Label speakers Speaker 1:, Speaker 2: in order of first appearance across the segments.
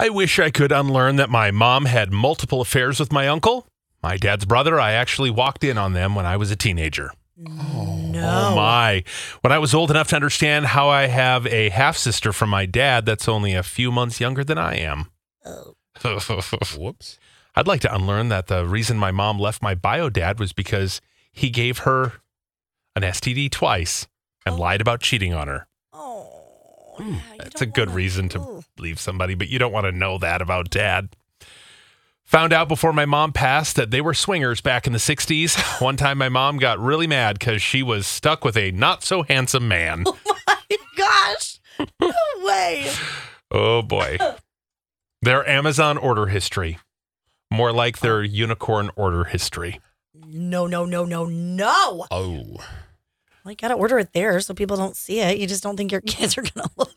Speaker 1: I wish I could unlearn that my mom had multiple affairs with my uncle. My dad's brother, I actually walked in on them when I was a teenager.
Speaker 2: No.
Speaker 1: Oh my. When I was old enough to understand how I have a half sister from my dad that's only a few months younger than I am.
Speaker 3: Whoops.
Speaker 1: I'd like to unlearn that the reason my mom left my bio dad was because he gave her an STD twice and lied about cheating on her.
Speaker 2: Oh, yeah, you
Speaker 1: Mm, That's a
Speaker 2: don't
Speaker 1: good
Speaker 2: wanna-
Speaker 1: reason to
Speaker 2: Ooh.
Speaker 1: leave somebody, but you don't want to know that about dad. Found out before my mom passed that they were swingers back in the 60s. One time my mom got really mad because she was stuck with a not so handsome man.
Speaker 2: Gosh, no way.
Speaker 1: Oh boy. Their Amazon order history. More like their unicorn order history.
Speaker 2: No, no, no, no, no.
Speaker 3: Oh.
Speaker 2: Well, you gotta order it there so people don't see it. You just don't think your kids are gonna look.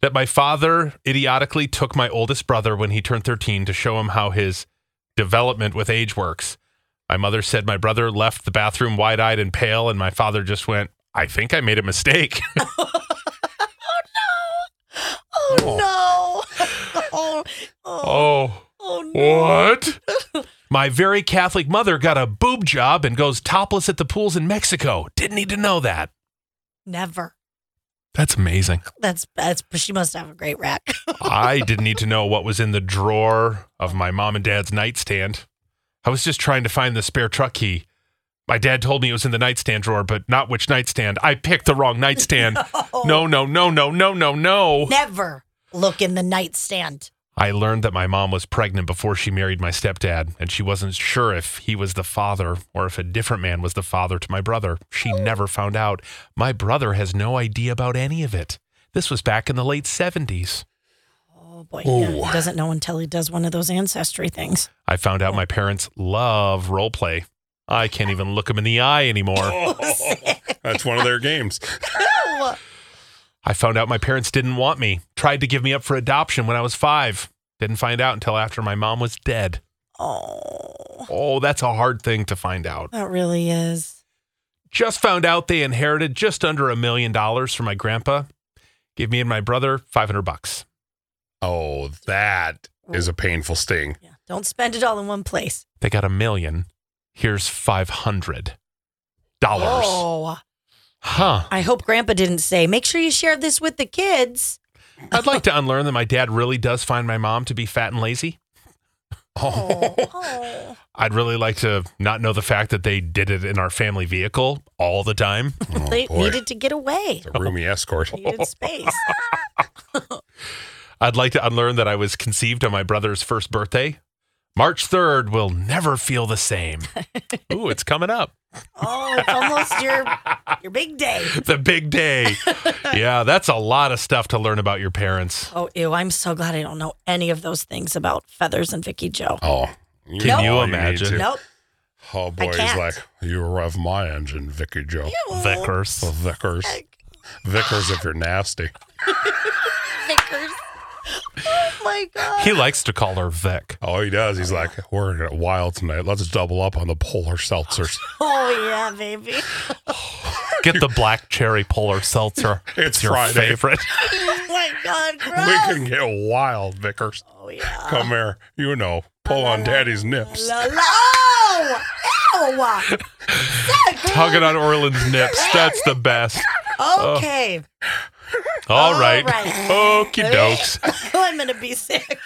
Speaker 1: That my father idiotically took my oldest brother when he turned 13 to show him how his development with age works. My mother said my brother left the bathroom wide eyed and pale, and my father just went, I think I made a mistake.
Speaker 2: Oh no. Oh, oh,
Speaker 1: oh,
Speaker 2: oh no.
Speaker 1: what? my very Catholic mother got a boob job and goes topless at the pools in Mexico. Didn't need to know that.
Speaker 2: Never.
Speaker 1: That's amazing.
Speaker 2: That's that's she must have a great rack.
Speaker 1: I didn't need to know what was in the drawer of my mom and dad's nightstand. I was just trying to find the spare truck key. My dad told me it was in the nightstand drawer, but not which nightstand. I picked the wrong nightstand. no, no, no, no, no, no, no.
Speaker 2: Never look in the nightstand.
Speaker 1: I learned that my mom was pregnant before she married my stepdad, and she wasn't sure if he was the father or if a different man was the father to my brother. She never found out. My brother has no idea about any of it. This was back in the late 70s.
Speaker 2: Oh boy.
Speaker 3: Oh.
Speaker 2: Yeah, he doesn't know until he does one of those ancestry things.
Speaker 1: I found out my parents love role play. I can't even look them in the eye anymore.
Speaker 3: Oh, That's one of their games.
Speaker 2: No.
Speaker 1: I found out my parents didn't want me, tried to give me up for adoption when I was five. Didn't find out until after my mom was dead.
Speaker 2: Oh.
Speaker 1: Oh, that's a hard thing to find out.
Speaker 2: That really is.
Speaker 1: Just found out they inherited just under a million dollars from my grandpa. Gave me and my brother 500 bucks.
Speaker 3: Oh, that is a painful sting.
Speaker 2: Yeah. Don't spend it all in one place.
Speaker 1: They got a million. Here's 500 dollars.
Speaker 2: Oh.
Speaker 1: Huh.
Speaker 2: I hope grandpa didn't say, make sure you share this with the kids.
Speaker 1: I'd like to unlearn that my dad really does find my mom to be fat and lazy.
Speaker 2: Oh. oh.
Speaker 1: I'd really like to not know the fact that they did it in our family vehicle all the time.
Speaker 3: Oh,
Speaker 2: they
Speaker 3: boy.
Speaker 2: needed to get away.
Speaker 3: a roomy escort.
Speaker 2: Needed space.
Speaker 1: I'd like to unlearn that I was conceived on my brother's first birthday. March 3rd will never feel the same. Ooh, it's coming up.
Speaker 2: Oh, it's almost your your big day.
Speaker 1: The big day. Yeah, that's a lot of stuff to learn about your parents.
Speaker 2: Oh, ew. I'm so glad I don't know any of those things about Feathers and Vicky Joe.
Speaker 3: Oh.
Speaker 1: Can
Speaker 3: know
Speaker 1: you
Speaker 3: all need
Speaker 1: imagine?
Speaker 3: to.
Speaker 2: Nope.
Speaker 3: Oh, boy. He's
Speaker 2: can't.
Speaker 3: like, you rev my engine, Vicky Joe.
Speaker 1: Vickers.
Speaker 3: Oh, Vickers. Vickers, if you're nasty.
Speaker 2: Vickers. Oh my god.
Speaker 1: He likes to call her Vic.
Speaker 3: Oh, he does. He's like, we're going to wild tonight. Let's double up on the polar seltzers.
Speaker 2: Oh yeah, baby.
Speaker 1: Get the black cherry polar seltzer.
Speaker 3: It's
Speaker 1: your
Speaker 3: Friday.
Speaker 1: favorite.
Speaker 2: Oh my god, gross.
Speaker 3: we can get wild, Vickers.
Speaker 2: oh yeah.
Speaker 3: Come here. You know, pull on daddy's nips.
Speaker 2: La, la. Oh! Ew!
Speaker 1: Tugging on Orland's nips. That's the best.
Speaker 2: Oh. Okay.
Speaker 1: All
Speaker 2: All
Speaker 1: right.
Speaker 2: right.
Speaker 1: Okie dokes.
Speaker 2: I'm gonna be sick.